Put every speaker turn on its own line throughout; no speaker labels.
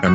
And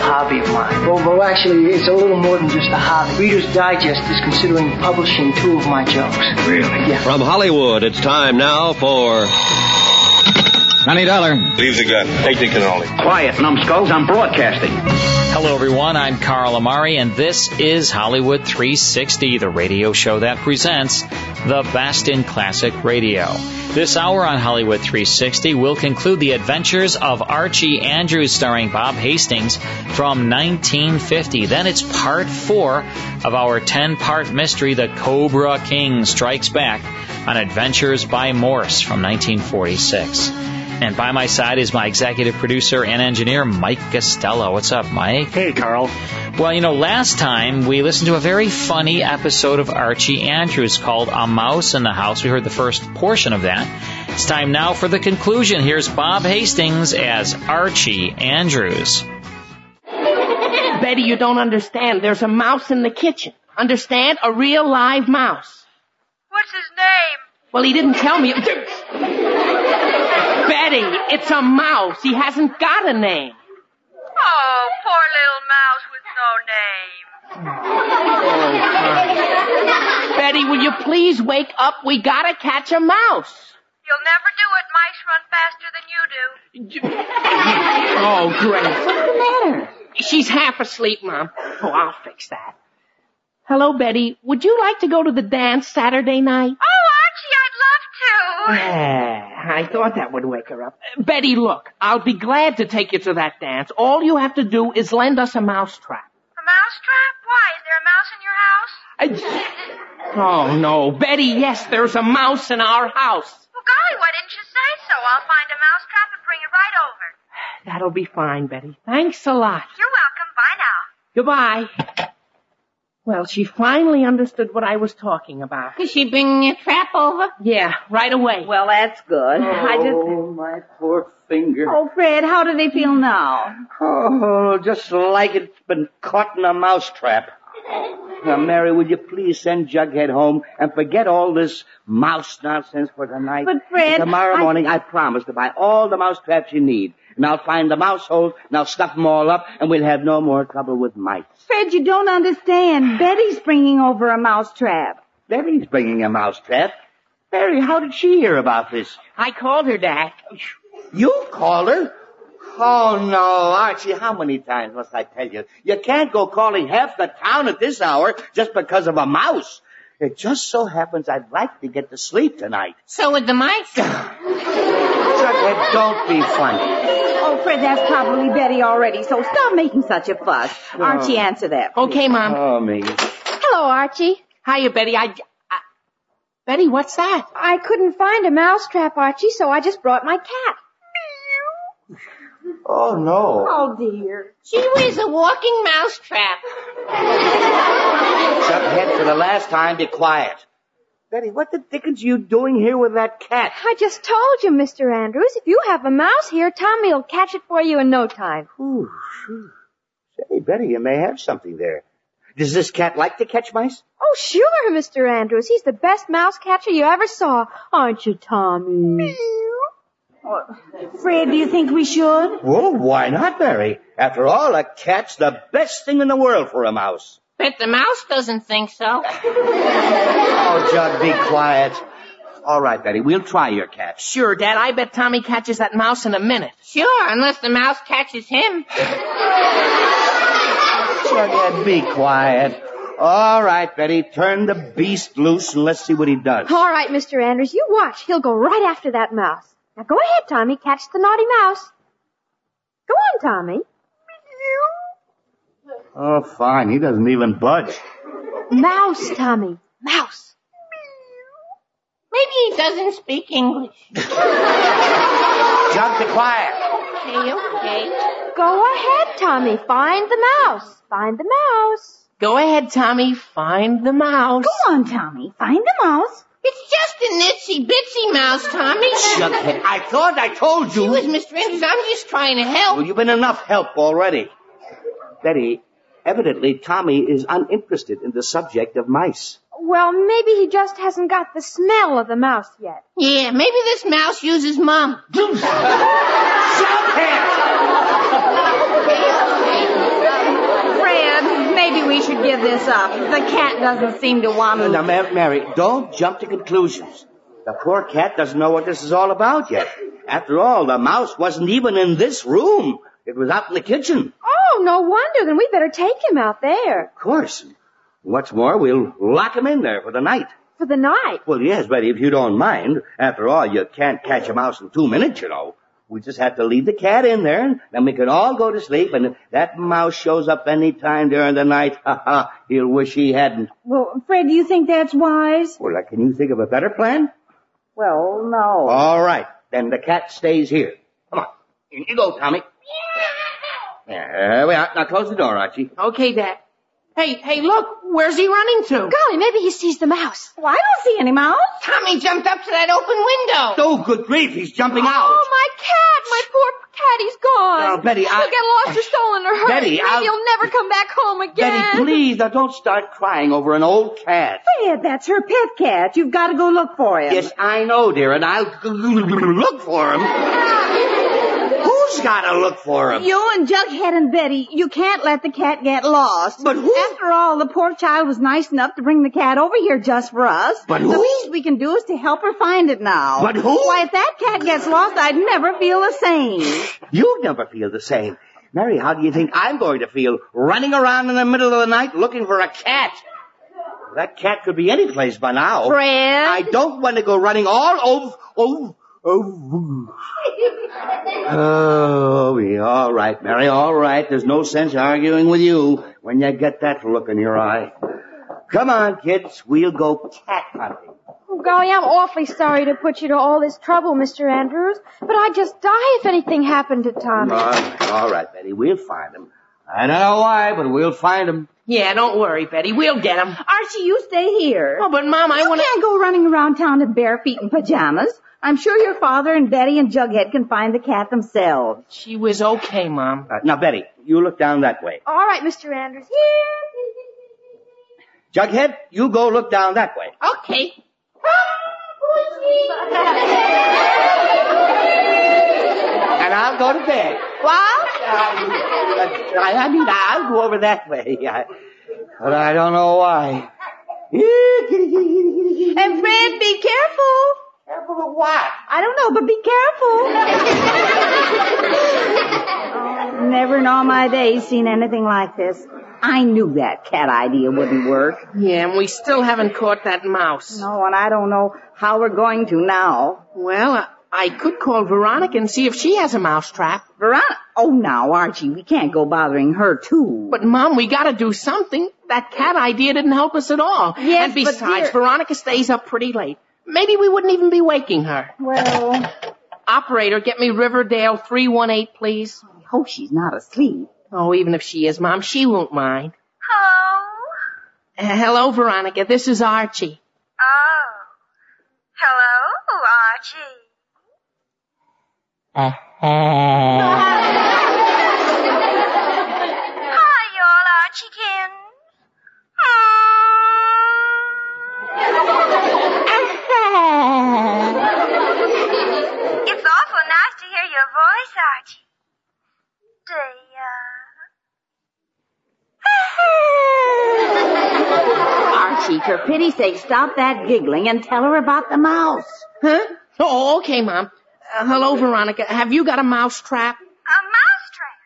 hobby of mine. Well, well, actually, it's a little more than just a hobby. Reader's Digest is considering publishing two of my jokes.
Really?
Yeah.
From Hollywood, it's time now for. Money Dollar.
Leave the gun. Take the cannoli.
Quiet, numbskulls. I'm broadcasting.
Hello, everyone. I'm Carl Amari, and this is Hollywood 360, the radio show that presents the best in classic radio. This hour on Hollywood 360 will conclude the adventures of Archie Andrews starring Bob Hastings from 1950. Then it's part four of our 10 part mystery, The Cobra King Strikes Back on Adventures by Morse from 1946. And by my side is my executive producer and engineer, Mike Costello. What's up, Mike?
Hey, Carl.
Well, you know, last time we listened to a very funny episode of Archie Andrews called A Mouse in the House. We heard the first portion of that. It's time now for the conclusion. Here's Bob Hastings as Archie Andrews.
Betty, you don't understand. There's a mouse in the kitchen. Understand? A real live mouse.
What's his name?
Well, he didn't tell me.
Oh,
Betty, it's a mouse. He hasn't got a name.
Oh, poor little mouse with no name.
Betty, will you please wake up? We gotta catch a mouse.
You'll never do it. Mice run faster than you do.
Oh, great. What's the matter? She's half asleep, Mom. Oh, I'll fix that. Hello, Betty. Would you like to go to the dance Saturday night?
Oh, Archie, I'd love to.
Yeah, I thought that would wake her up. Uh, Betty, look, I'll be glad to take you to that dance. All you have to do is lend us a mousetrap.
A mousetrap? Why? Is there a mouse in your house?
I- Oh no, Betty, yes, there's a mouse in our house.
Well, golly, why didn't you say so? I'll find a mousetrap and bring it right over.
That'll be fine, Betty. Thanks a lot.
You're welcome. Bye now.
Goodbye. Well, she finally understood what I was talking about.
Is she bringing your trap over?
Yeah, right away.
Well, that's good. I just.
Oh, my poor finger.
Oh, Fred, how do they feel now?
Oh, just like it's been caught in a mousetrap. Now, Mary, will you please send Jughead home and forget all this mouse nonsense for tonight?
But, Fred,
And tomorrow
I-
morning, I promise to buy all the mousetraps you need. And I'll find the mouse holes, and I'll stuff them all up, and we'll have no more trouble with mice.
Fred, you don't understand. Betty's bringing over a mousetrap.
Betty's bringing a mousetrap. Mary, how did she hear about this?
I called her, Dad.
You called her? Oh no, Archie, how many times must I tell you? You can't go calling half the town at this hour just because of a mouse. It just so happens I'd like to get to sleep tonight.
So would the mice.
Chuckhead, don't be funny.
oh, Fred, that's probably Betty already, so stop making such a fuss. Archie, answer that. please.
Okay, Mom.
Oh, me.
Hello, Archie.
Hiya, Betty. I, I- Betty, what's that?
I couldn't find a mousetrap, Archie, so I just brought my cat.
Oh no.
Oh, dear.
She was a walking mousetrap.
Chuckhead, for the last time, be quiet. Betty, what the dickens are you doing here with that cat?
I just told you, Mr. Andrews, if you have a mouse here, Tommy'll catch it for you in no time.
Ooh, phew. Say, Betty, you may have something there. Does this cat like to catch mice?
Oh, sure, Mr. Andrews. He's the best mouse catcher you ever saw. Aren't you, Tommy?
Fred, do you think we should?
Well, why not, Mary? After all, a cat's the best thing in the world for a mouse.
Bet the mouse doesn't think so.
Oh, Jug, be quiet. All right, Betty, we'll try your cat.
Sure, Dad. I bet Tommy catches that mouse in a minute.
Sure, unless the mouse catches him.
Jughead, be quiet. All right, Betty, turn the beast loose and let's see what he does.
All right, Mr. Andrews, you watch. He'll go right after that mouse. Now go ahead, Tommy. Catch the naughty mouse. Go on, Tommy.
Oh, fine, he doesn't even budge.
Mouse, Tommy. Mouse.
Maybe he doesn't speak English.
Jump to quiet.
Okay, okay.
Go ahead, Tommy. Find the mouse. Find the mouse.
Go ahead, Tommy. Find the mouse.
Go on, Tommy. Find the mouse.
It's just an itsy bitsy mouse, Tommy.
Jughead, I thought I told you.
She was Mr. Andrews. I'm just trying to help.
Well, you've been enough help already. Betty, evidently Tommy is uninterested in the subject of mice.
Well, maybe he just hasn't got the smell of the mouse yet.
Yeah, maybe this mouse uses mom.
Fred, maybe we should give this up. The cat doesn't seem to want to.
Now, Ma- Mary, don't jump to conclusions. The poor cat doesn't know what this is all about yet. After all, the mouse wasn't even in this room. It was out in the kitchen.
Oh, no wonder. Then we better take him out there.
Of course. What's more, we'll lock him in there for the night.
For the night.
Well, yes, but if you don't mind, after all, you can't catch a mouse in two minutes, you know. We just have to leave the cat in there, and then we can all go to sleep, and if that mouse shows up any time during the night, ha ha, he'll wish he hadn't.
Well, Fred, do you think that's wise?
Well, can you think of a better plan?
Well, no.
All right, then the cat stays here. Come on, in you go, Tommy. There we are. Now close the door, Archie.
Okay, Dad. Hey, hey, look. Where's he running to?
Golly, maybe he sees the mouse.
Well, I don't see any mouse.
Tommy jumped up to that open window.
Oh, good grief, he's jumping out.
Oh, my cat! My poor cat, he's gone.
Now, Betty, I-
He'll get lost or stolen or hurt.
Betty,
Maybe
I'll-
he'll never come back home again.
Betty, please, now don't start crying over an old cat.
Fred, that's her pet cat. You've got to go look for him.
Yes, I know, dear, and I'll g- g- look for him. Who's gotta look for him?
You and Jughead and Betty, you can't let the cat get lost.
But who-
After all, the poor child was nice enough to bring the cat over here just for us.
But
The
who-
least we can do is to help her find it now.
But who-
Why, if that cat gets lost, I'd never feel the same.
You'll never feel the same. Mary, how do you think I'm going to feel running around in the middle of the night looking for a cat? That cat could be any place by now.
Fred?
I don't want to go running all over, over, over. Oh, yeah, all right, Mary, all right. There's no sense arguing with you when you get that look in your eye. Come on, kids, we'll go cat hunting.
Oh, golly, I'm awfully sorry to put you to all this trouble, Mr. Andrews, but I'd just die if anything happened to Tommy.
All right, all right, Betty, we'll find him. I don't know why, but we'll find him.
Yeah, don't worry, Betty. We'll get him.
Archie, you stay here.
Oh, but Mom, I
you
want to.
can't go running around town in bare feet and pajamas. I'm sure your father and Betty and Jughead can find the cat themselves.
She was okay, Mom.
Uh, now, Betty, you look down that way.
All right, Mr. Andrews. Here.
Jughead, you go look down that way.
Okay.
And I'll go to bed.
What?
Uh, I, I mean, I'll go over that way. I, but I don't know why. Careful
And Fred, be careful.
of what?
I don't know, but be careful. Never in all my days seen anything like this. I knew that cat idea wouldn't work.
Yeah, and we still haven't caught that mouse.
No, and I don't know how we're going to now.
Well, I, I could call Veronica and see if she has a mouse trap.
Veronica, oh now, Archie, we can't go bothering her too.
But Mom, we gotta do something. That cat idea didn't help us at all.
Yes,
and
but
besides,
dear-
Veronica stays up pretty late. Maybe we wouldn't even be waking her.
well,
Operator, get me Riverdale 318, please.
I hope oh, she's not asleep.
Oh, even if she is, Mom, she won't mind.
Hello?
Uh, hello, Veronica. This is Archie.
Oh. Hello, Archie. Hi, y'all, Archie Kin. it's awful nice to hear your voice, Archie. Dear.
Archie, for pity's sake, stop that giggling and tell her about the mouse.
Huh? Oh, okay, Mom. Uh, hello, Veronica. Have you got a mouse trap?
A mousetrap.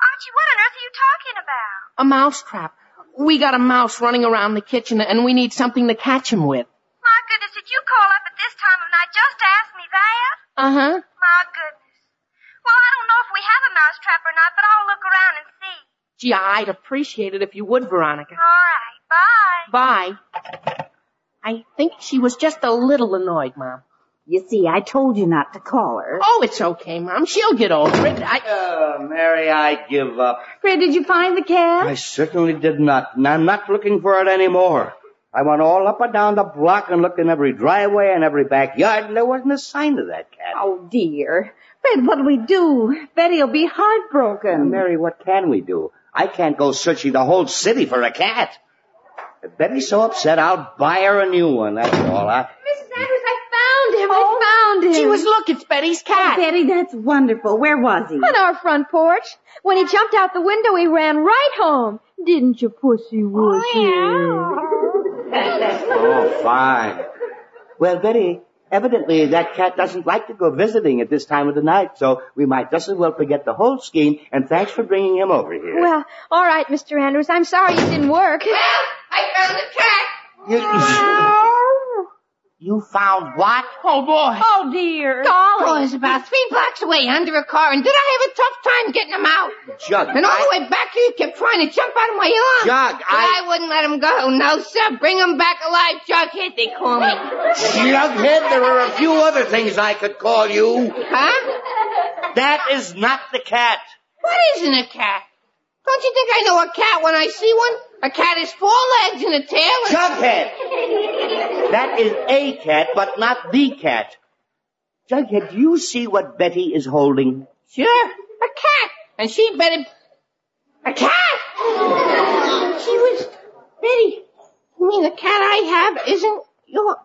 Archie, what on earth are you talking about?
A mouse trap. We got a mouse running around the kitchen and we need something to catch him with.
My goodness, did you call up at this time of night just to ask me that?
Uh
Uh-huh.
huh.
My goodness. Well, I don't know if we have a mousetrap or not, but I'll look around and see.
Gee, I'd appreciate it if you would, Veronica.
All right, bye.
Bye. I think she was just a little annoyed, Mom.
You see, I told you not to call her.
Oh, it's okay, Mom. She'll get over it. I...
Oh, Mary, I give up.
Fred, did you find the cab?
I certainly did not, and I'm not looking for it anymore. I went all up and down the block and looked in every driveway and every backyard, and there wasn't a sign of that cab.
Oh, dear. Fred, what'll we do? Betty'll be heartbroken.
Mary, what can we do? I can't go searching the whole city for a cat. If Betty's so upset, I'll buy her a new one, that's all. I...
Mrs. Andrews, I found him.
Oh,
I found him.
She was, look, it's Betty's cat.
Oh, Betty, that's wonderful. Where was he?
On our front porch. When he jumped out the window, he ran right home. Didn't you, pussy wussy?
Oh, fine. Well, Betty, evidently that cat doesn't like to go visiting at this time of the night, so we might just as well forget the whole scheme, and thanks for bringing him over here.
Well, all right, Mr. Andrews. I'm sorry it didn't work.
Well, I found the cat.
You, you found what?
Oh boy.
Oh dear.
Dolly was about three blocks away under a car, and did I have a tough time getting him out?
Jug.
And all the way back here, he kept trying to jump out of my arms.
Jug,
But
I...
I wouldn't let him go. No, sir. Bring him back alive, Jughead, they call me.
Jughead, there are a few other things I could call you.
Huh?
That is not the cat.
What isn't a cat? Don't you think I know a cat when I see one? A cat has four legs and a tail and...
Jughead! That is a cat, but not the cat. Jughead, do you see what Betty is holding?
Sure, a cat. And she better... A cat! She was... Betty, you mean the cat I have isn't your...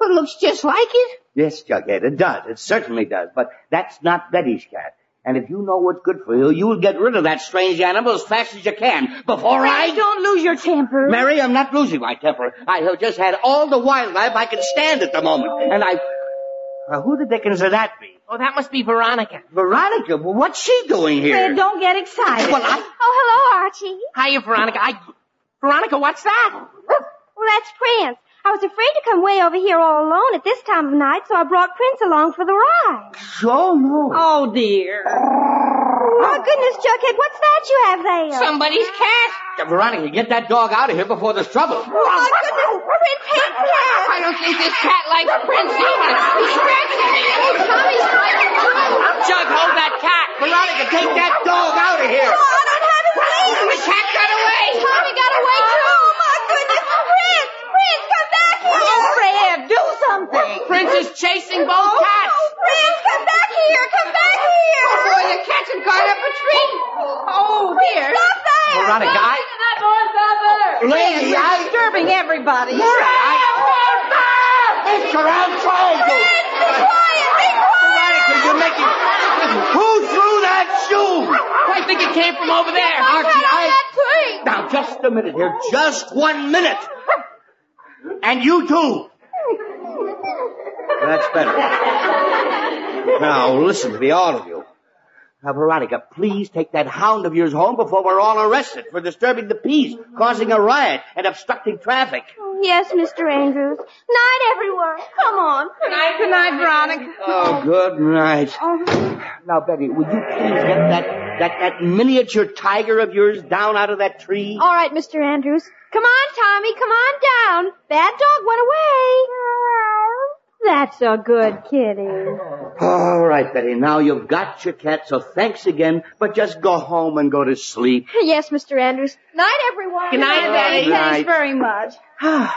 But looks just like it?
Yes, Jughead, it does. It certainly does. But that's not Betty's cat. And if you know what's good for you, you'll get rid of that strange animal as fast as you can. Before I...
don't lose your temper.
Mary, I'm not losing my temper. I have just had all the wildlife I can stand at the moment. And I... Now, who the dickens would that be?
Oh, that must be Veronica.
Veronica? Well, what's she doing here?
Fred, don't get excited.
Well, I...
Oh, hello, Archie.
Hiya, Veronica. I... Veronica, what's that?
Well, that's Prince. I was afraid to come way over here all alone at this time of night, so I brought Prince along for the ride.
So no.
Oh dear.
Oh, goodness, Jughead, what's that you have there?
Somebody's cat.
Yeah, Veronica, get that dog out of here before there's trouble.
Oh, goodness, Prince hates cats.
I don't think this cat likes Prince either. He scratches me. Hey, Tommy's
Jug, hold that cat.
Veronica, take that dog out of here.
Oh, I don't have his leash.
The cat got away.
Tommy got away too. Oh, my goodness, Prince, Prince, come back here. Oh, Fred, do something.
Prince is chasing both cats.
Oh, Prince, come back here, come back here.
Boy, the cat's had gone up a tree.
Oh dear.
Stop there.
Veronica, I... Lady, I...
disturbing everybody.
Mary, I... It's around triangle.
Be quiet, be quiet.
Veronica, you're making... Who threw that shoe?
I think it came from over there.
Archie, I...
That tree.
Now, just a minute here. Just one minute. And you too. That's better. Now, listen to me, all of you. Now, Veronica, please take that hound of yours home before we're all arrested for disturbing the peace, causing a riot, and obstructing traffic.
Yes, Mr. Andrews. Night, everyone. Come on. Good night, good night, Veronica.
Oh, good night. Now, Betty, would you please get that, that, that miniature tiger of yours down out of that tree?
All right, Mr. Andrews. Come on, Tommy. Come on down. Bad dog went away. That's a good kitty.
All right, Betty, now you've got your cat, so thanks again, but just go home and go to sleep.
Yes, Mr. Andrews. Night, everyone.
Good night, Daddy.
Good night.
Thanks very much.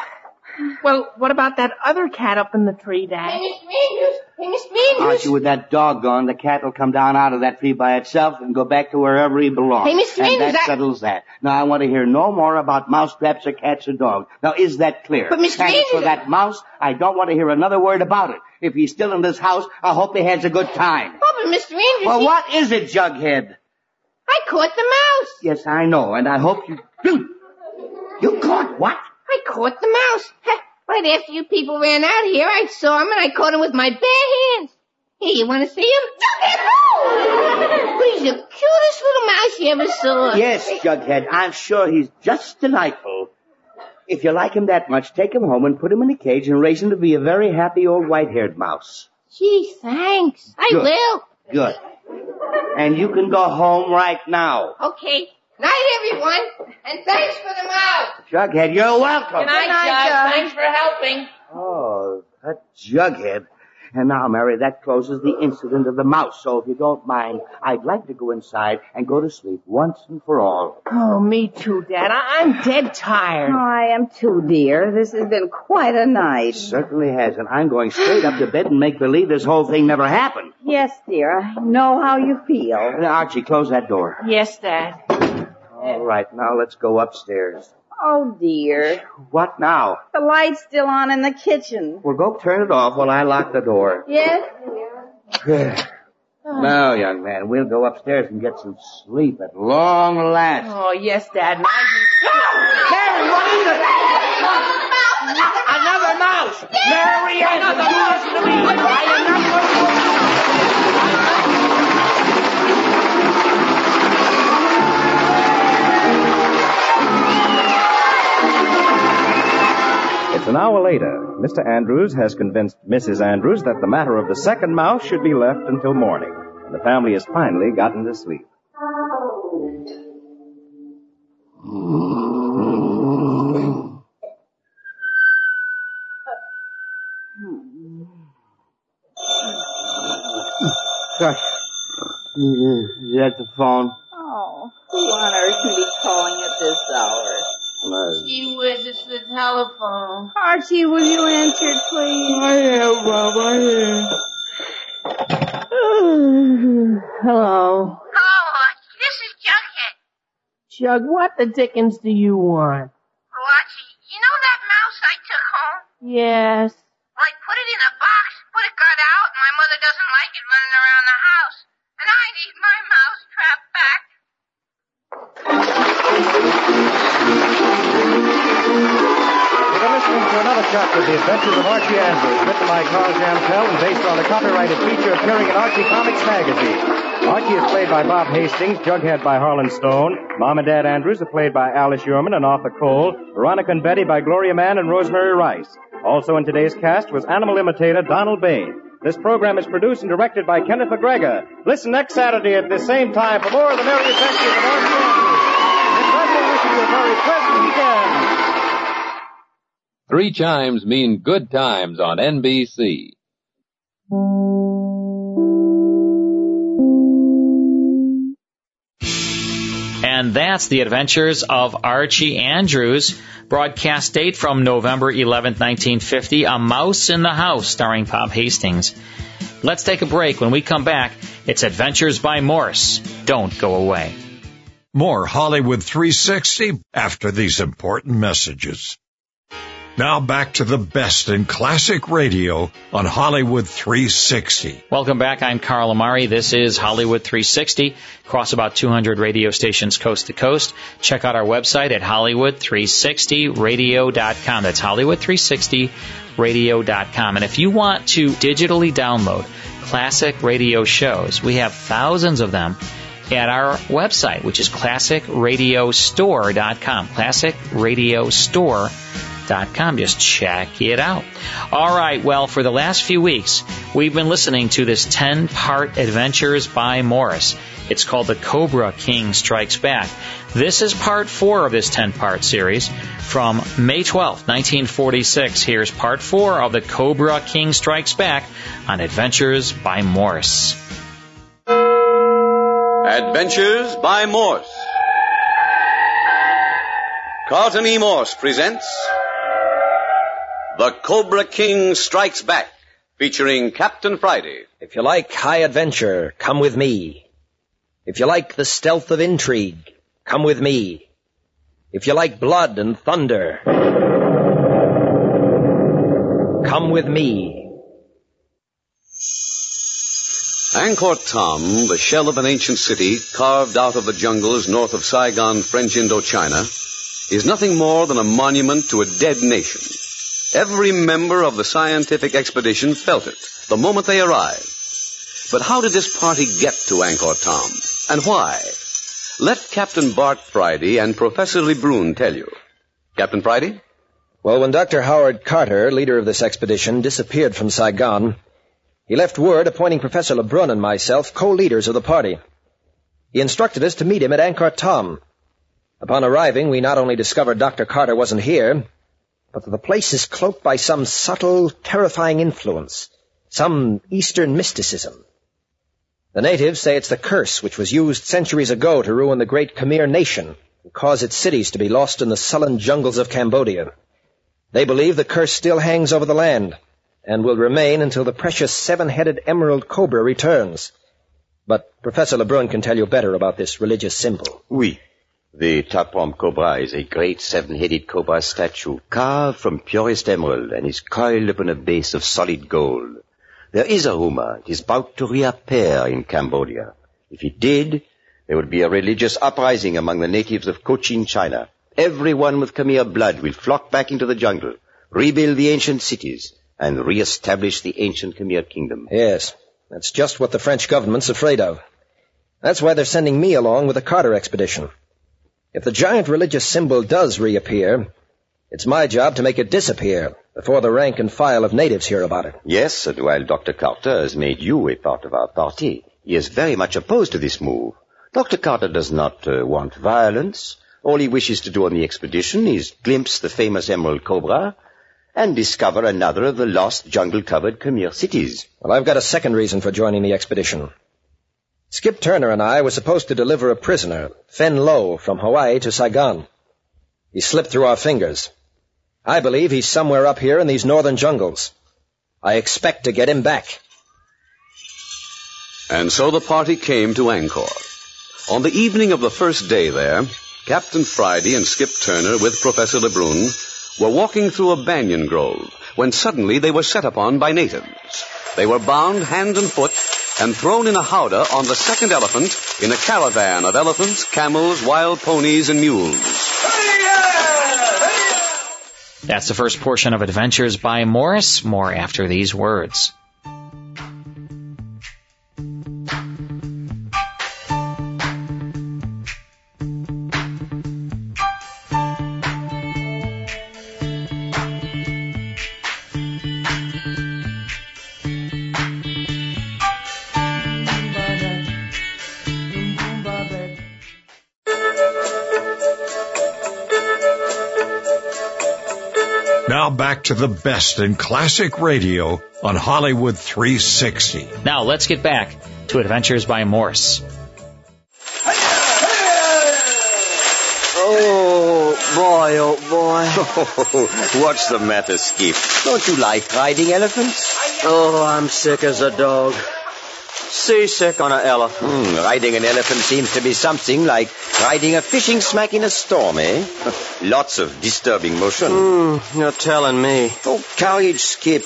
Well, what about that other cat up in the tree,
Hey,
Dad?
Mr. Andrews. Hey, Mr. Andrews.
Archie, with that dog gone, the cat will come down out of that tree by itself and go back to wherever he belongs.
Hey, Mr.
And
Andrews,
that
I-
settles that. Now I want to hear no more about mousetraps or cats or dogs. Now is that clear?
But, Mr.
And
Andrews-
for that mouse, I don't want to hear another word about it. If he's still in this house, I hope he has a good time.
Oh, but Mr. Andrews,
Well,
he-
what is it, Jughead?
I caught the mouse.
Yes, I know, and I hope you... Dude, you caught what?
I caught the mouse. Heh, Right after you people ran out of here, I saw him and I caught him with my bare hands. Here, you want to see him? Look at him! He's the cutest little mouse you ever saw.
Yes, Jughead, I'm sure he's just delightful. If you like him that much, take him home and put him in a cage and raise him to be a very happy old white-haired mouse.
Gee, thanks. I
Good.
will.
Good. And you can go home right now.
Okay. Night, everyone, and thanks for the mouse.
Jughead, you're welcome.
Good night, Jug. Thanks for helping.
Oh, that Jughead. And now, Mary, that closes the incident of the mouse. So if you don't mind, I'd like to go inside and go to sleep once and for all.
Oh, me too, Dad. I- I'm dead tired.
Oh, I am too, dear. This has been quite a night.
certainly has, and I'm going straight up to bed and make believe this whole thing never happened.
Yes, dear. I know how you feel.
Now, Archie, close that door.
Yes, Dad.
All right, now let's go upstairs.
Oh, dear.
What now?
The light's still on in the kitchen.
Well, go turn it off while I lock the door.
Yes?
now, young man, we'll go upstairs and get some sleep at long last.
Oh, yes, Dad. Now you-
Mary, what is it? Another mouse! Mary, another mouse!
It's an hour later. Mr. Andrews has convinced Mrs. Andrews that the matter of the second mouse should be left until morning. And the family has finally gotten to sleep.
Oh,
Gosh. Is that the phone?
Oh, who on earth can be calling at this hour?
Gee whiz, it's the telephone.
Archie, will you answer, it, please?
I am, Bob. I am.
Hello.
Hello, Archie. This is Jughead.
Jug, what the dickens do you want?
Oh, Archie, you know that mouse I took home?
Yes.
Well, I put it in a box, but it got out, and my mother doesn't like it running around the house. And I need my mouse trap back.
You're listening to another chapter of The Adventures of Archie Andrews, written by Carl Jamtel and based on a copyrighted feature appearing in Archie Comics magazine. Archie is played by Bob Hastings, Jughead by Harlan Stone, Mom and Dad Andrews are played by Alice Yeoman and Arthur Cole, Veronica and Betty by Gloria Mann and Rosemary Rice. Also in today's cast was animal imitator Donald Bain. This program is produced and directed by Kenneth McGregor. Listen next Saturday at the same time for more of the Merry Adventures of Archie Andrews. And Bradley wishing you a very pleasant weekend.
Three chimes mean good times on NBC.
And that's The Adventures of Archie Andrews. Broadcast date from November 11, 1950, A Mouse in the House, starring Bob Hastings. Let's take a break. When we come back, it's Adventures by Morse. Don't go away.
More Hollywood 360 after these important messages. Now back to the best in classic radio on Hollywood 360.
Welcome back. I'm Carl Amari. This is Hollywood 360, across about 200 radio stations coast to coast. Check out our website at Hollywood360radio.com. That's Hollywood360radio.com. And if you want to digitally download classic radio shows, we have thousands of them at our website, which is classicradiostore.com. Classicradiostore.com. Just check it out. All right. Well, for the last few weeks, we've been listening to this 10 part Adventures by Morris. It's called The Cobra King Strikes Back. This is part four of this 10 part series from May 12, 1946. Here's part four of The Cobra King Strikes Back on Adventures by Morris.
Adventures by Morse. Carlton E. Morse presents The Cobra King Strikes Back, featuring Captain Friday.
If you like high adventure, come with me. If you like the stealth of intrigue, come with me. If you like blood and thunder, come with me.
Angkor Tom, the shell of an ancient city carved out of the jungles north of Saigon, French Indochina, is nothing more than a monument to a dead nation. Every member of the scientific expedition felt it the moment they arrived. But how did this party get to Angkor Tom? And why? Let Captain Bart Friday and Professor LeBrun tell you. Captain Friday?
Well, when Dr. Howard Carter, leader of this expedition, disappeared from Saigon, he left word appointing Professor Lebrun and myself co-leaders of the party. He instructed us to meet him at Angkor Tom, Upon arriving, we not only discovered Dr. Carter wasn't here, but that the place is cloaked by some subtle, terrifying influence, some Eastern mysticism. The natives say it's the curse which was used centuries ago to ruin the great Khmer nation and cause its cities to be lost in the sullen jungles of Cambodia. They believe the curse still hangs over the land and will remain until the precious seven-headed emerald cobra returns. But Professor Lebrun can tell you better about this religious symbol.
Oui. The Tapom Cobra is a great seven-headed cobra statue carved from purest emerald and is coiled upon a base of solid gold. There is a rumor it is about to reappear in Cambodia. If it did, there would be a religious uprising among the natives of Cochin, China. Everyone with Khmer blood will flock back into the jungle, rebuild the ancient cities, and reestablish the ancient Khmer kingdom.
Yes, that's just what the French government's afraid of. That's why they're sending me along with the Carter expedition. If the giant religious symbol does reappear, it's my job to make it disappear before the rank and file of natives hear about it.
Yes, and while Dr. Carter has made you a part of our party, he is very much opposed to this move. Dr. Carter does not uh, want violence. All he wishes to do on the expedition is glimpse the famous emerald cobra and discover another of the lost jungle-covered Khmer cities.
Well, I've got a second reason for joining the expedition. Skip Turner and I were supposed to deliver a prisoner, Fen Lo, from Hawaii to Saigon. He slipped through our fingers. I believe he's somewhere up here in these northern jungles. I expect to get him back.
And so the party came to Angkor. On the evening of the first day there, Captain Friday and Skip Turner with Professor Lebrun were walking through a banyan grove when suddenly they were set upon by natives. They were bound hand and foot and thrown in a howdah on the second elephant in a caravan of elephants, camels, wild ponies, and mules.
That's the first portion of Adventures by Morris. More after these words.
Now back to the best in classic radio on Hollywood 360.
Now let's get back to Adventures by Morse.
Oh, boy, oh, boy.
What's the matter, Skip? Don't you like riding elephants?
Oh, I'm sick as a dog. Seasick on an elephant.
Hmm, riding an elephant seems to be something like riding a fishing smack in a storm, eh? Lots of disturbing motion.
Hmm, you're telling me.
Oh, courage, Skip.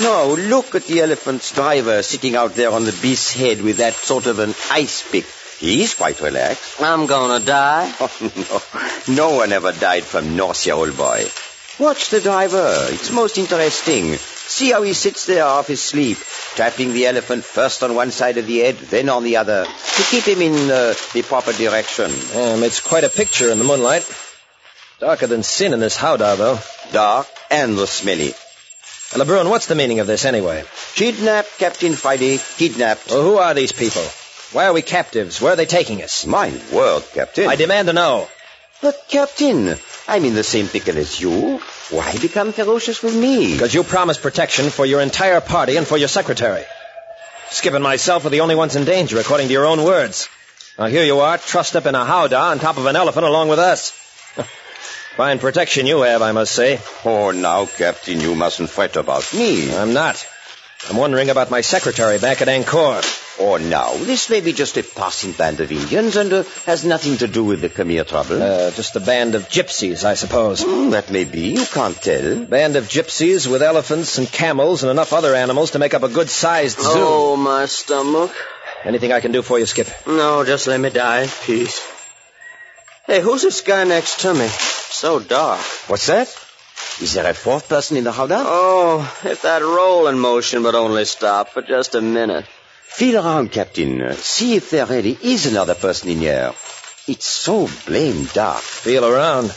No, look at the elephant's driver sitting out there on the beast's head with that sort of an ice pick. He's quite relaxed.
I'm gonna die.
Oh, no. No one ever died from nausea, old boy. Watch the driver. It's most interesting. See how he sits there half asleep, tapping the elephant first on one side of the head, then on the other, to keep him in uh, the proper direction.
Um, it's quite a picture in the moonlight. Darker than sin in this howdah, though.
Dark and the smelly.
LeBrun, what's the meaning of this anyway?
Kidnapped, Captain Friday. Kidnapped.
Well, who are these people? Why are we captives? Where are they taking us?
My word, Captain.
I demand to know.
But, Captain, I'm in the same pickle as you. Why become ferocious with me?
Because you promised protection for your entire party and for your secretary. Skip and myself are the only ones in danger, according to your own words. Now here you are, trussed up in a howdah on top of an elephant along with us. Fine protection you have, I must say.
Oh, now, Captain, you mustn't fret about me.
I'm not. I'm wondering about my secretary back at Angkor.
Or Oh, now, this may be just a passing band of Indians and uh, has nothing to do with the Khmer trouble.
Uh, just a band of gypsies, I suppose.
Mm, that may be. You can't tell.
Band of gypsies with elephants and camels and enough other animals to make up a good-sized zoo.
Oh, my stomach.
Anything I can do for you, Skip?
No, just let me die in peace. Hey, who's this guy next to me? So dark.
What's that? Is there a fourth person in the howdah?
Oh, if that rolling motion would only stop for just a minute.
Feel around, Captain. Uh, See if there really is another person in here. It's so blamed dark.
Feel around.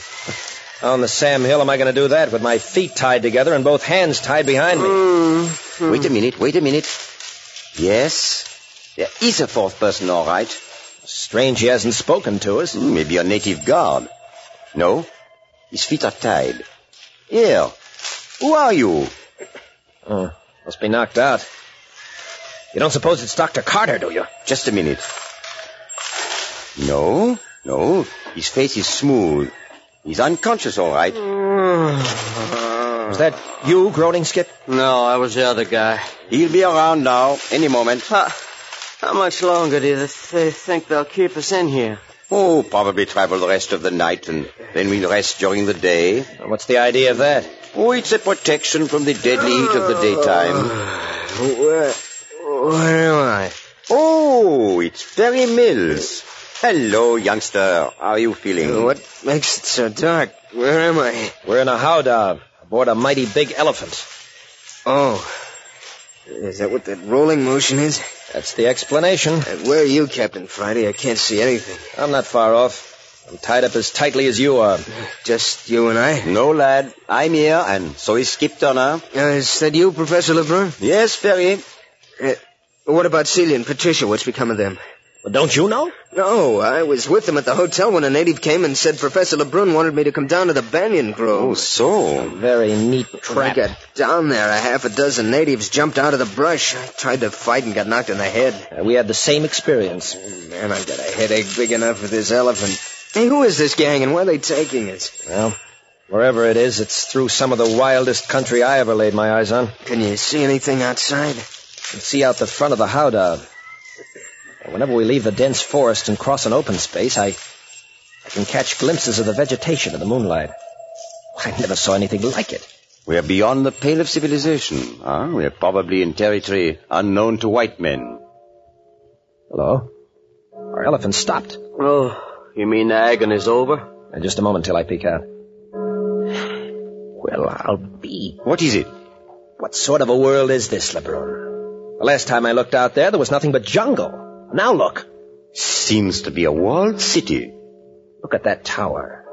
On the Sam Hill, am I going to do that with my feet tied together and both hands tied behind me? Hmm.
Mm-hmm.
Wait a minute, wait a minute. Yes, there is a fourth person, all right.
Strange he hasn't spoken to us.
Hmm,
Maybe a native guard. No? His feet are tied. Here. Who are you?
Oh, must be knocked out. You don't suppose it's Dr. Carter, do you?
Just a minute. No, no. His face is smooth. He's unconscious, all right.
Mm-hmm.
Was that you groaning, Skip?
No, I was the other guy.
He'll be around now, any moment.
How, how much longer do you th- they think they'll keep us in here?
Oh, probably travel the rest of the night, and then we'll rest during the day.
What's the idea of that?
Oh, it's a protection from the deadly heat of the daytime.
Where, where am I?
Oh, it's Ferry Mills. Hello, youngster. How are you feeling?
What makes it so dark? Where am I?
We're in a howdah aboard a mighty big elephant.
Oh. Is that what that rolling motion is?
That's the explanation.
Uh, where are you, Captain Friday? I can't see anything.
I'm not far off. I'm tied up as tightly as you are.
Just you and I?
No, lad. I'm here, and so is Skip Donner.
Uh, is that you, Professor Lebrun?
Yes, Ferry.
Uh, what about Celia and Patricia? What's become of them?
Well, don't you know?
No, I was with them at the hotel when a native came and said Professor Lebrun wanted me to come down to the Banyan Grove.
Oh, so.
very neat trap.
When I got down there, a half a dozen natives jumped out of the brush. I tried to fight and got knocked in the head.
Uh, we had the same experience.
Oh, man, I've got a headache big enough for this elephant. Hey, who is this gang and where are they taking us?
Well, wherever it is, it's through some of the wildest country I ever laid my eyes on.
Can you see anything outside?
You can see out the front of the howdah. Whenever we leave the dense forest and cross an open space, I, I can catch glimpses of the vegetation in the moonlight. I never saw anything like it.
We are beyond the pale of civilization. Huh? We are probably in territory unknown to white men.
Hello? Our elephant stopped.
Oh, you mean the agony's over?
Now, just a moment till I peek out. Well, I'll be.
What is it?
What sort of a world is this, Lebrun? The last time I looked out there, there was nothing but jungle. Now look.
Seems to be a walled city.
Look at that tower.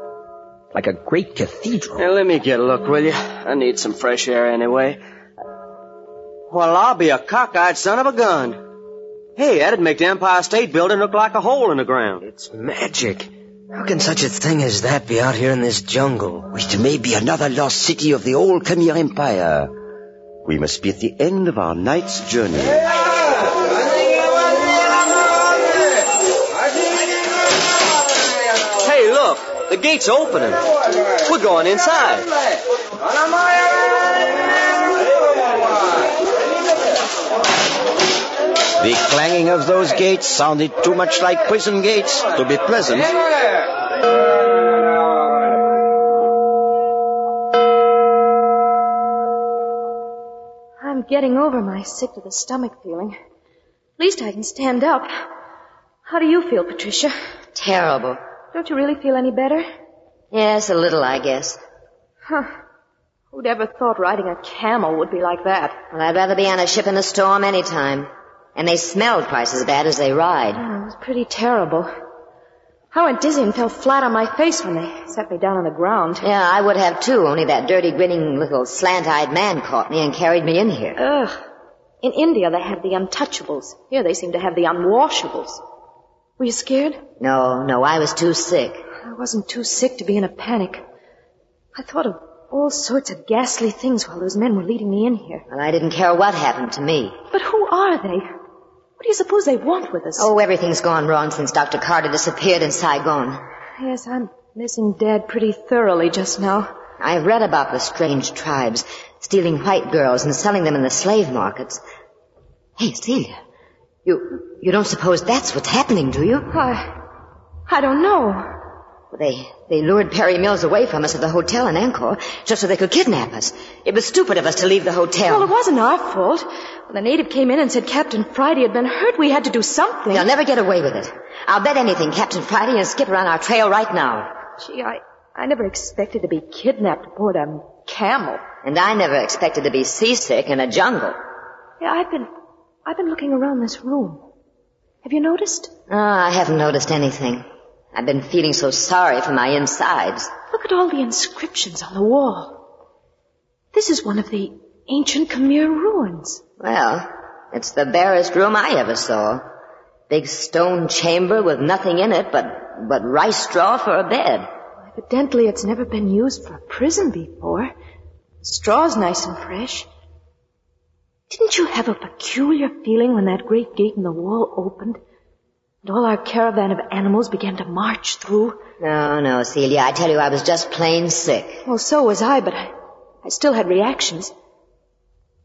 Like a great cathedral.
Hey, let me get a look, will you? I need some fresh air anyway. Well, I'll be a cockeyed son of a gun. Hey, that'd make the Empire State Building look like a hole in the ground. It's magic. How can such a thing as that be out here in this jungle?
Which may be another lost city of the old Khmer Empire. We must be at the end of our night's journey. Hey!
The gate's opening. We're going inside.
The clanging of those gates sounded too much like prison gates to be pleasant.
I'm getting over my sick to the stomach feeling. At least I can stand up. How do you feel, Patricia?
Terrible.
Don't you really feel any better?
Yes, a little, I guess.
Huh. Who'd ever thought riding a camel would be like that?
Well, I'd rather be on a ship in a storm any time. And they smelled twice as bad as they ride.
Oh, it was pretty terrible. I went dizzy and fell flat on my face when they set me down on the ground.
Yeah, I would have too, only that dirty, grinning little slant-eyed man caught me and carried me in here.
Ugh. In India they have the untouchables. Here they seem to have the unwashables. Were you scared?
No, no, I was too sick.
I wasn't too sick to be in a panic. I thought of all sorts of ghastly things while those men were leading me in here.
Well, I didn't care what happened to me.
But who are they? What do you suppose they want with us?
Oh, everything's gone wrong since Dr. Carter disappeared in Saigon.
Yes, I'm missing Dad pretty thoroughly just now.
I've read about the strange tribes stealing white girls and selling them in the slave markets. Hey, Celia. You, you don't suppose that's what's happening, do you?
I, I don't know.
They, they lured Perry Mills away from us at the hotel in Angkor just so they could kidnap us. It was stupid of us to leave the hotel.
Well, it wasn't our fault. When the native came in and said Captain Friday had been hurt, we had to do something.
They'll never get away with it. I'll bet anything Captain Friday and Skip are on our trail right now.
Gee, I, I never expected to be kidnapped aboard a camel.
And I never expected to be seasick in a jungle.
Yeah, I've been, I've been looking around this room. Have you noticed?
Oh, I haven't noticed anything. I've been feeling so sorry for my insides.
Look at all the inscriptions on the wall. This is one of the ancient Khmer ruins.
Well, it's the barest room I ever saw. Big stone chamber with nothing in it but, but rice straw for a bed.
Evidently, it's never been used for a prison before. Straw's nice and fresh. Didn't you have a peculiar feeling when that great gate in the wall opened and all our caravan of animals began to march through?
No, no, Celia, I tell you I was just plain sick.
Well, so was I, but I, I still had reactions.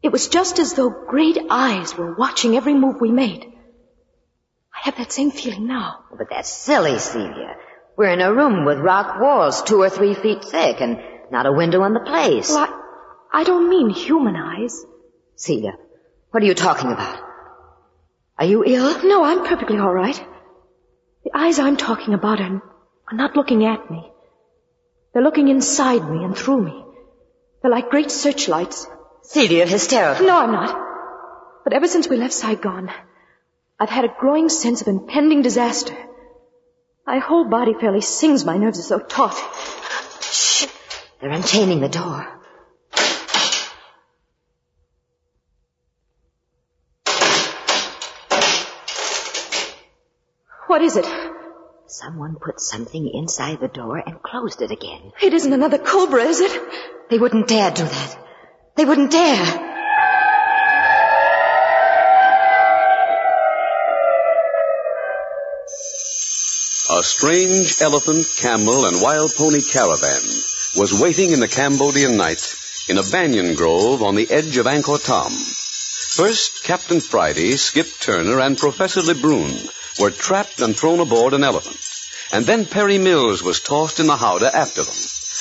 It was just as though great eyes were watching every move we made. I have that same feeling now.
But that's silly, Celia. We're in a room with rock walls two or three feet thick and not a window in the place.
Well, I, I don't mean human eyes.
Celia, what are you talking about? Are you ill?
No, I'm perfectly all right. The eyes I'm talking about are, are not looking at me. They're looking inside me and through me. They're like great searchlights.
Celia, you're hysterical.
No, I'm not. But ever since we left Saigon, I've had a growing sense of impending disaster. My whole body fairly sings. My nerves are so taut.
Shh! They're unchaining the door.
What is it?
Someone put something inside the door and closed it again.
It isn't another cobra, is it?
They wouldn't dare do that. They wouldn't dare.
A strange elephant, camel, and wild pony caravan was waiting in the Cambodian night in a banyan grove on the edge of Angkor Thom. First, Captain Friday, Skip Turner, and Professor LeBrun were trapped and thrown aboard an elephant. And then Perry Mills was tossed in the howdah after them.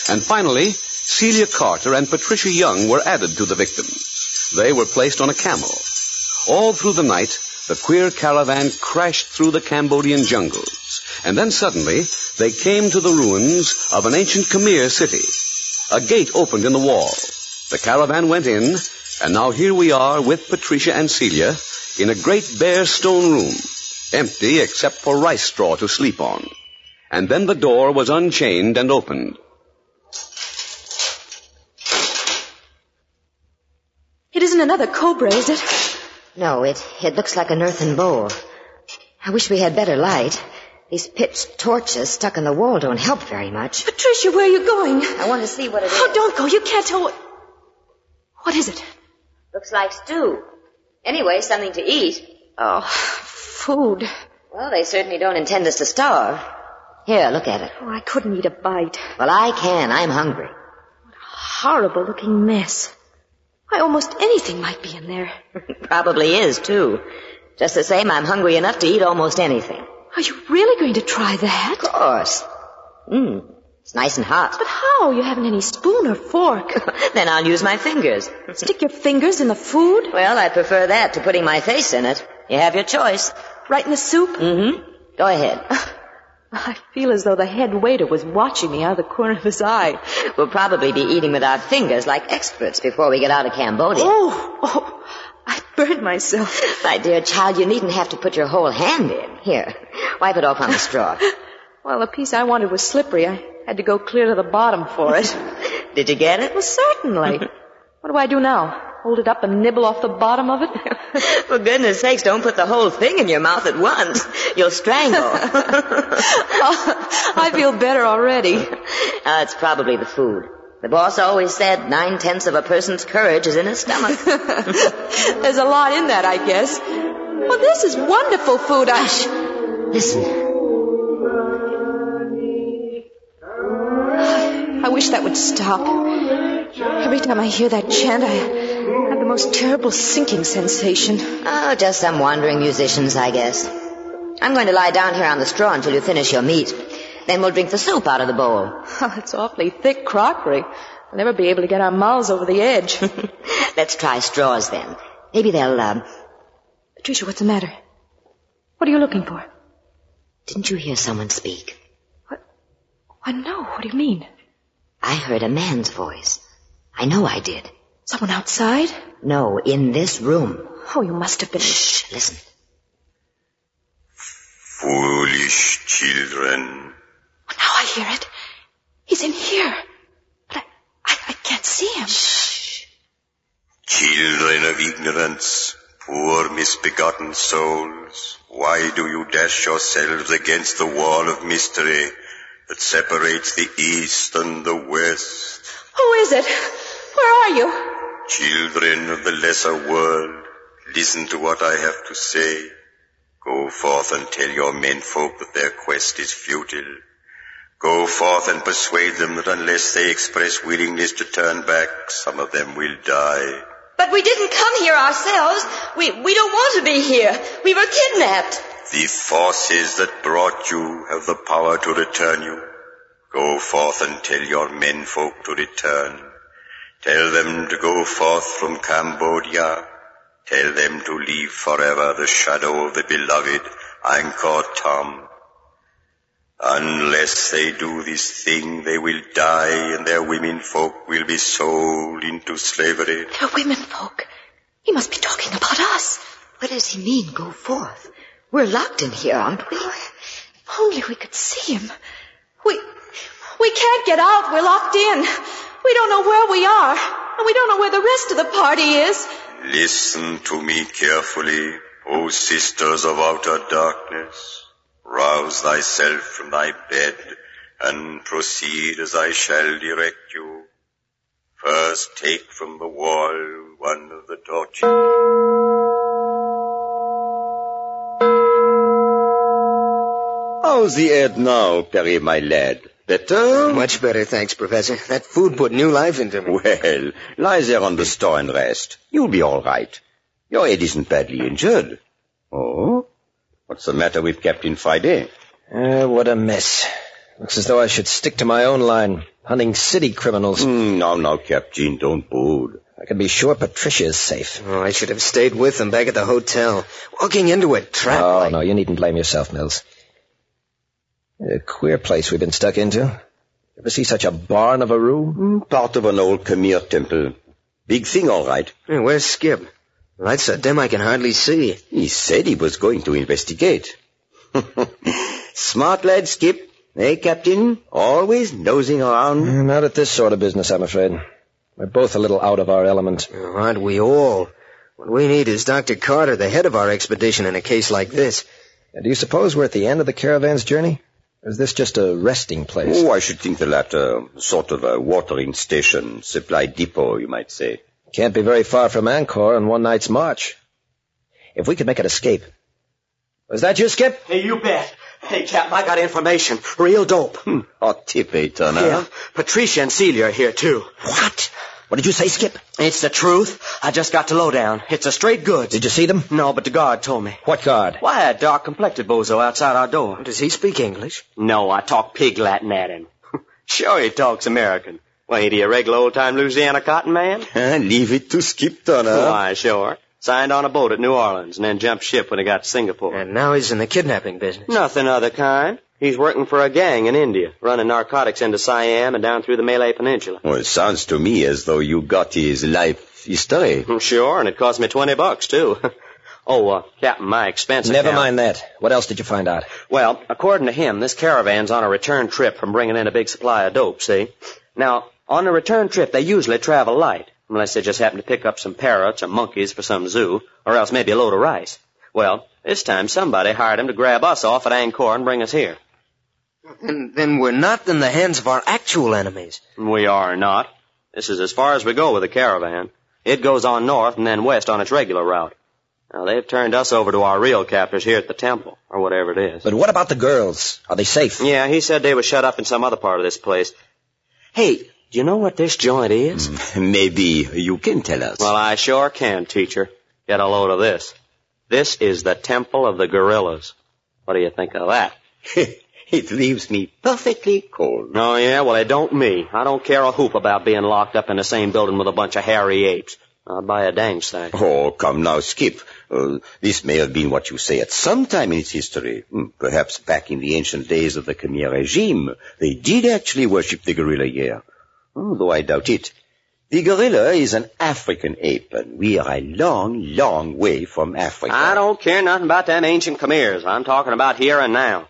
And finally, Celia Carter and Patricia Young were added to the victims. They were placed on a camel. All through the night, the queer caravan crashed through the Cambodian jungle. And then suddenly, they came to the ruins of an ancient Khmer city. A gate opened in the wall. The caravan went in, and now here we are with Patricia and Celia in a great bare stone room, empty except for rice straw to sleep on. And then the door was unchained and opened.
It isn't another cobra, is it?
No, it, it looks like an earthen bowl. I wish we had better light. These pitch torches stuck in the wall don't help very much.
Patricia, where are you going?
I want to see what it is.
Oh, don't go. You can't tell what. What is it?
Looks like stew. Anyway, something to eat.
Oh, food.
Well, they certainly don't intend us to starve. Here, look at it.
Oh, I couldn't eat a bite.
Well, I can. I'm hungry.
What a horrible looking mess. Why, almost anything might be in there.
Probably is, too. Just the same, I'm hungry enough to eat almost anything.
Are you really going to try that?
Of course. Mmm. It's nice and hot.
But how? You haven't any spoon or fork.
then I'll use my fingers.
Stick your fingers in the food?
Well, I prefer that to putting my face in it. You have your choice.
Right in the soup?
Mm-hmm. Go ahead.
I feel as though the head waiter was watching me out of the corner of his eye.
We'll probably be eating with our fingers like experts before we get out of Cambodia.
Oh, oh. I burned myself.
My dear child, you needn't have to put your whole hand in. Here, wipe it off on the straw.
well, the piece I wanted was slippery. I had to go clear to the bottom for it.
Did you get it?
Well, certainly. what do I do now? Hold it up and nibble off the bottom of it?
For goodness sakes, don't put the whole thing in your mouth at once. You'll strangle.
oh, I feel better already.
Uh, it's probably the food. The boss always said nine tenths of a person's courage is in his stomach.
There's a lot in that, I guess. Well, this is wonderful food. I
Hush. Listen.
I wish that would stop. Every time I hear that chant, I have the most terrible sinking sensation.
Oh, just some wandering musicians, I guess. I'm going to lie down here on the straw until you finish your meat. Then we'll drink the soup out of the bowl.
Oh, it's awfully thick crockery. We'll never be able to get our mouths over the edge.
Let's try straws then. Maybe they'll, um...
Patricia, what's the matter? What are you looking for?
Didn't you hear someone speak?
What? Why, no. What do you mean?
I heard a man's voice. I know I did.
Someone outside?
No, in this room.
Oh, you must have been...
Shh, listen.
Foolish children.
Now I hear it. He's in here. But I, I, I can't see him.
Shh.
Children of ignorance, Poor misbegotten souls, why do you dash yourselves against the wall of mystery that separates the East and the West?
Who is it? Where are you?
Children of the lesser world, listen to what I have to say. Go forth and tell your menfolk that their quest is futile. Go forth and persuade them that unless they express willingness to turn back, some of them will die.
But we didn't come here ourselves. We, we don't want to be here. We were kidnapped.
The forces that brought you have the power to return you. Go forth and tell your menfolk to return. Tell them to go forth from Cambodia. Tell them to leave forever the shadow of the beloved Angkor Thom. Unless they do this thing, they will die and their women folk will be sold into slavery.
They're women folk. He must be talking about us.
What does he mean, go forth? We're locked in here, aren't we?
Oh, If only we could see him. We, we can't get out. We're locked in. We don't know where we are, and we don't know where the rest of the party is.
Listen to me carefully, O sisters of outer darkness. Rouse thyself from thy bed and proceed as I shall direct you. First take from the wall one of the torches.
How's the head now, Perry, my lad? Better?
Much better, thanks, Professor. That food put new life into me.
Well, lie there on the store and rest. You'll be all right. Your head isn't badly injured. Oh? What's the matter with Captain Friday?
Uh, what a mess. Looks as though I should stick to my own line, hunting city criminals.
Mm, now, now, Captain, don't bood.
I can be sure Patricia is safe.
Oh, I should have stayed with them back at the hotel. Walking into a trap.
Oh,
like-
no, you needn't blame yourself, Mills. A queer place we've been stuck into. Ever see such a barn of a room?
Hmm, Part of an old Khmer temple. Big thing, all right.
Hey, where's Skip? Lights so dim I can hardly see.
He said he was going to investigate. Smart lad, Skip. Eh, Captain? Always nosing around.
Mm, Not at this sort of business, I'm afraid. We're both a little out of our element.
Oh, aren't we all? What we need is Dr. Carter, the head of our expedition in a case like this.
And do you suppose we're at the end of the caravan's journey? Or is this just a resting place?
Oh, I should think the latter. Sort of a watering station, supply depot, you might say.
Can't be very far from Angkor in one night's march. If we could make an escape. Was that you, Skip?
Hey, you bet. Hey, Captain, I got information. Real dope. Hmm.
Hot tip, eh, Turner?
Yeah. Patricia and Celia are here, too.
Oh, What? What did you say, Skip?
It's the truth. I just got the lowdown. It's a straight good.
Did you see them?
No, but the guard told me.
What guard?
Why, that dark complected bozo outside our door.
Does he speak English?
No, I talk pig Latin at him. sure, he talks American. Well, ain't he a regular old-time Louisiana cotton man?
Leave it to Skip, Turner.
Uh-huh.
Why, sure. Signed on a boat at New Orleans and then jumped ship when he got to Singapore.
And now he's in the kidnapping business.
Nothing other kind. He's working for a gang in India, running narcotics into Siam and down through the Malay Peninsula.
Well, it sounds to me as though you got his life history.
Sure, and it cost me 20 bucks, too. oh, uh, Captain, my expense
Never
account-
mind that. What else did you find out?
Well, according to him, this caravan's on a return trip from bringing in a big supply of dope, see? Now, on the return trip, they usually travel light, unless they just happen to pick up some parrots or monkeys for some zoo, or else maybe a load of rice. Well, this time somebody hired him to grab us off at Angkor and bring us here.
And then we're not in the hands of our actual enemies.
We are not. This is as far as we go with the caravan. It goes on north and then west on its regular route. Now, they've turned us over to our real captors here at the temple, or whatever it is.
But what about the girls? Are they safe?
Yeah, he said they were shut up in some other part of this place. Hey, do you know what this joint is?
Maybe you can tell
Hmm.
us.
Well, I sure can, teacher. Get a load of this. This is the Temple of the Gorillas. What do you think of that?
it leaves me perfectly cold.
Oh, yeah? Well, it don't me. I don't care a hoop about being locked up in the same building with a bunch of hairy apes. I'd buy a dang thing.
Oh, come now, Skip. Uh, this may have been what you say at some time in its history. Hmm, Perhaps back in the ancient days of the Khmer regime, they did actually worship the gorilla here. Though I doubt it. The gorilla is an African ape, and we are a long, long way from Africa.
I don't care nothing about them ancient Khmer's. I'm talking about here and now.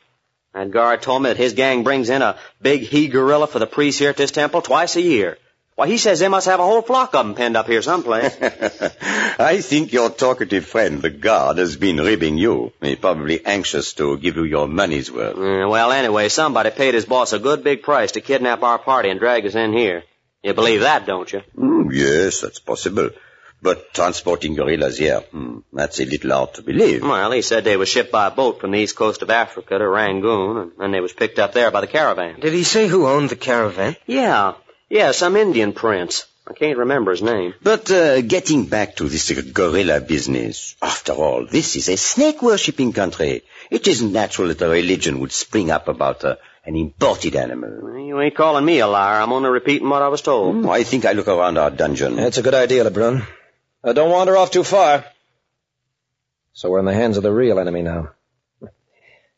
That guard told me that his gang brings in a big he gorilla for the priests here at this temple twice a year. Why, he says they must have a whole flock of them penned up here someplace.
I think your talkative friend, the guard, has been ribbing you. He's probably anxious to give you your money's worth.
Yeah, well, anyway, somebody paid his boss a good big price to kidnap our party and drag us in here. You believe that, don't you?
Hmm, yes, that's possible. But transporting gorillas here, hmm, that's a little hard to believe.
Well, he said they was shipped by boat from the east coast of Africa to Rangoon, and then they was picked up there by the caravan.
Did he say who owned the caravan?
Yeah, yeah, some Indian prince. I can't remember his name.
But uh, getting back to this gorilla business, after all, this is a snake worshipping country. It isn't natural that a religion would spring up about uh, an imported animal.
You ain't calling me a liar. I'm only repeating what I was told.
Mm,
Hmm, I think I look around our dungeon.
That's a good idea, Lebrun. Uh, don't wander off too far. So we're in the hands of the real enemy now.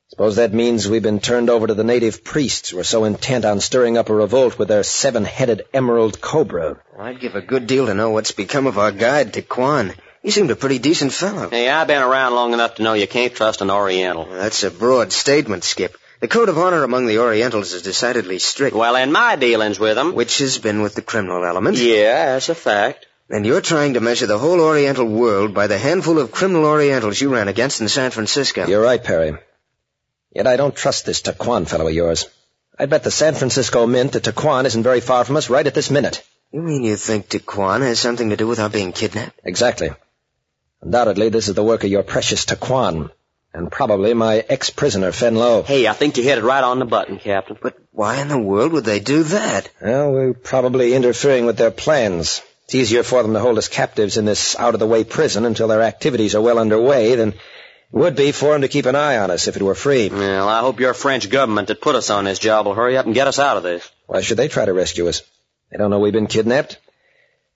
Suppose that means we've been turned over to the native priests who are so intent on stirring up a revolt with their seven-headed emerald cobra.
I'd give a good deal to know what's become of our guide, Daquan. He seemed a pretty decent fellow.
Hey, I've been around long enough to know you can't trust an Oriental.
Uh, That's a broad statement, Skip. The code of honor among the Orientals is decidedly strict.
Well, in my dealings with them.
Which has been with the criminal element.
Yeah, that's a fact.
And you're trying to measure the whole Oriental world by the handful of criminal Orientals you ran against in San Francisco.
You're right, Perry. Yet I don't trust this Taquan fellow of yours. I bet the San Francisco Mint that Taquan isn't very far from us right at this minute.
You mean you think Taquan has something to do with our being kidnapped?
Exactly. Undoubtedly, this is the work of your precious Taquan, and probably my ex-prisoner, Fenlow.
Hey, I think you hit it right on the button, Captain.
But why in the world would they do that?
Well, we're probably interfering with their plans. It's easier for them to hold us captives in this out-of-the-way prison until their activities are well underway than it would be for them to keep an eye on us if it were free.
Well, I hope your French government that put us on this job will hurry up and get us out of this.
Why should they try to rescue us? They don't know we've been kidnapped.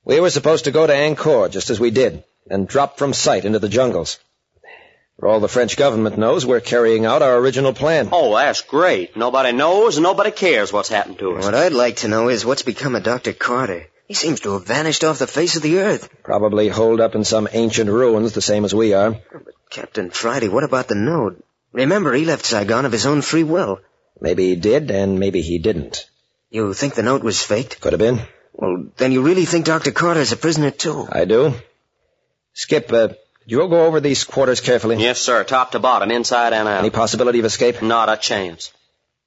We were supposed to go to Angkor, just as we did, and drop from sight into the jungles. For all the French government knows, we're carrying out our original plan.
Oh, that's great. Nobody knows and nobody cares what's happened to us.
What I'd like to know is what's become of Dr. Carter. He seems to have vanished off the face of the earth.
Probably holed up in some ancient ruins, the same as we are.
Oh, But Captain Friday, what about the node? Remember, he left Saigon of his own free will.
Maybe he did, and maybe he didn't.
You think the note was faked?
Could have been.
Well, then you really think Dr. Carter's a prisoner, too?
I do. Skip, uh, you'll go over these quarters carefully.
Yes, sir. Top to bottom, inside and out.
Any possibility of escape?
Not a chance.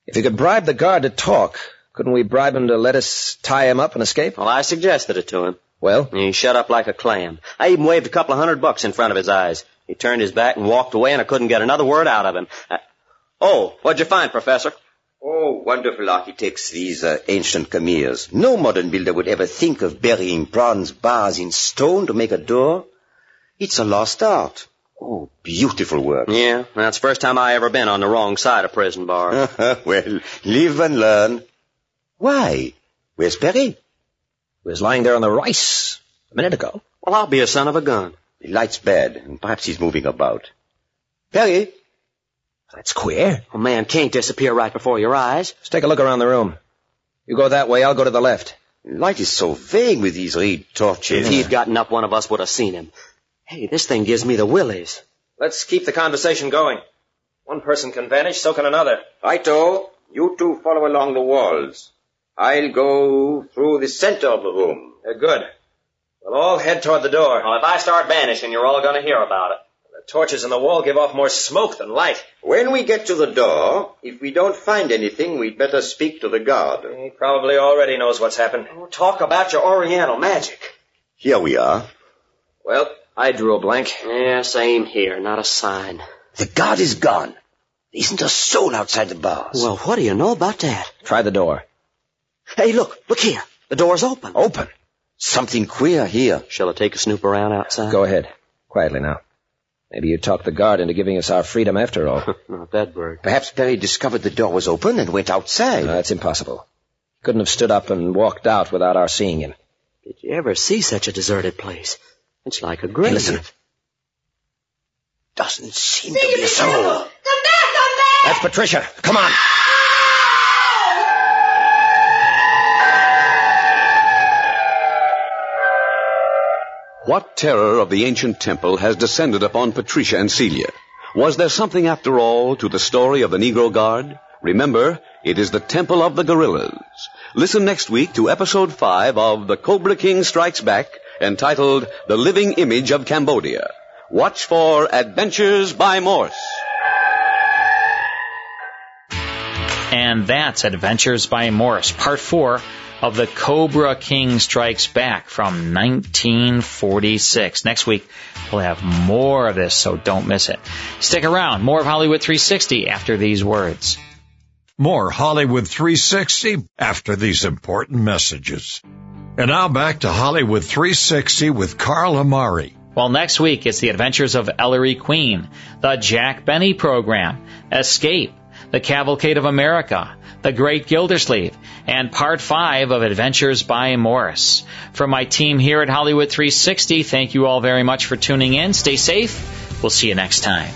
If you could bribe the guard to talk, couldn't we bribe him to let us tie him up and escape?
Well, I suggested it to him.
Well?
He shut up like a clam. I even waved a couple of hundred bucks in front of his eyes. He turned his back and walked away, and I couldn't get another word out of him. I... Oh, what'd you find, Professor?
Oh, wonderful architects, these uh, ancient Khmer's. No modern builder would ever think of burying bronze bars in stone to make a door. It's a lost art. Oh, beautiful work.
Yeah, that's the first time I ever been on the wrong side of prison bars.
well, live and learn. Why? Where's Perry?
He was lying there on the rice a minute ago.
Well, I'll be a son of a gun.
The light's bad, and perhaps he's moving about. Perry?
That's queer.
A man can't disappear right before your eyes.
Let's take a look around the room. You go that way, I'll go to the left.
Light is so vague with these reed torches.
If he'd gotten up, one of us would have seen him. Hey, this thing gives me the willies.
Let's keep the conversation going. One person can vanish, so can another.
Righto. You two follow along the walls. I'll go through the center of the room.
Uh, good. We'll all head toward the door.
Well, if I start vanishing, you're all going to hear about it.
The torches on the wall give off more smoke than light.
When we get to the door, if we don't find anything, we'd better speak to the guard.
He probably already knows what's happened.
Oh, talk about your
E
Oriental magic.
Here we are.
Well, I drew a blank.
Yeah, same here. Not a sign.
The guard is gone. There isn't a soul outside the bars.
Well, what do you know about that?
Try the door.
Hey, look, look here. The door's open.
Open?
Something queer here.
Shall I take a snoop around outside?
Go ahead. Quietly now. Maybe you talked the guard into giving us our freedom after all.
Not that bird.
Perhaps Perry discovered the door was open and went outside.
No, that's impossible. He couldn't have stood up and walked out without our seeing him.
Did you ever see such a deserted place? It's like a grave. Hey,
listen. Doesn't seem to be a soul. Come back,
come back!
That's Patricia. Come on.
What terror of the ancient temple has descended upon Patricia and Celia? Was there something after all to the story of the Negro Guard? Remember, It is the Temple of the Gorillas. Listen next week to episode 5 of The Cobra King Strikes Back, entitled The Living Image of Cambodia. Watch for Adventures by Morse.
And that's Adventures by Morse, part four of The Cobra King Strikes Back from 1946. Next week, we'll have more of this, so don't miss it. Stick around, more of Hollywood 360 after these words.
More Hollywood 360 after these important messages. And now back to Hollywood 360 with Carl Amari.
Well, next week it's the adventures of Ellery Queen, the Jack Benny program, Escape, the Cavalcade of America, the Great Gildersleeve, and part five of Adventures by Morris. From my team here at Hollywood 360, thank you all very much for tuning in. Stay safe. We'll see you next time.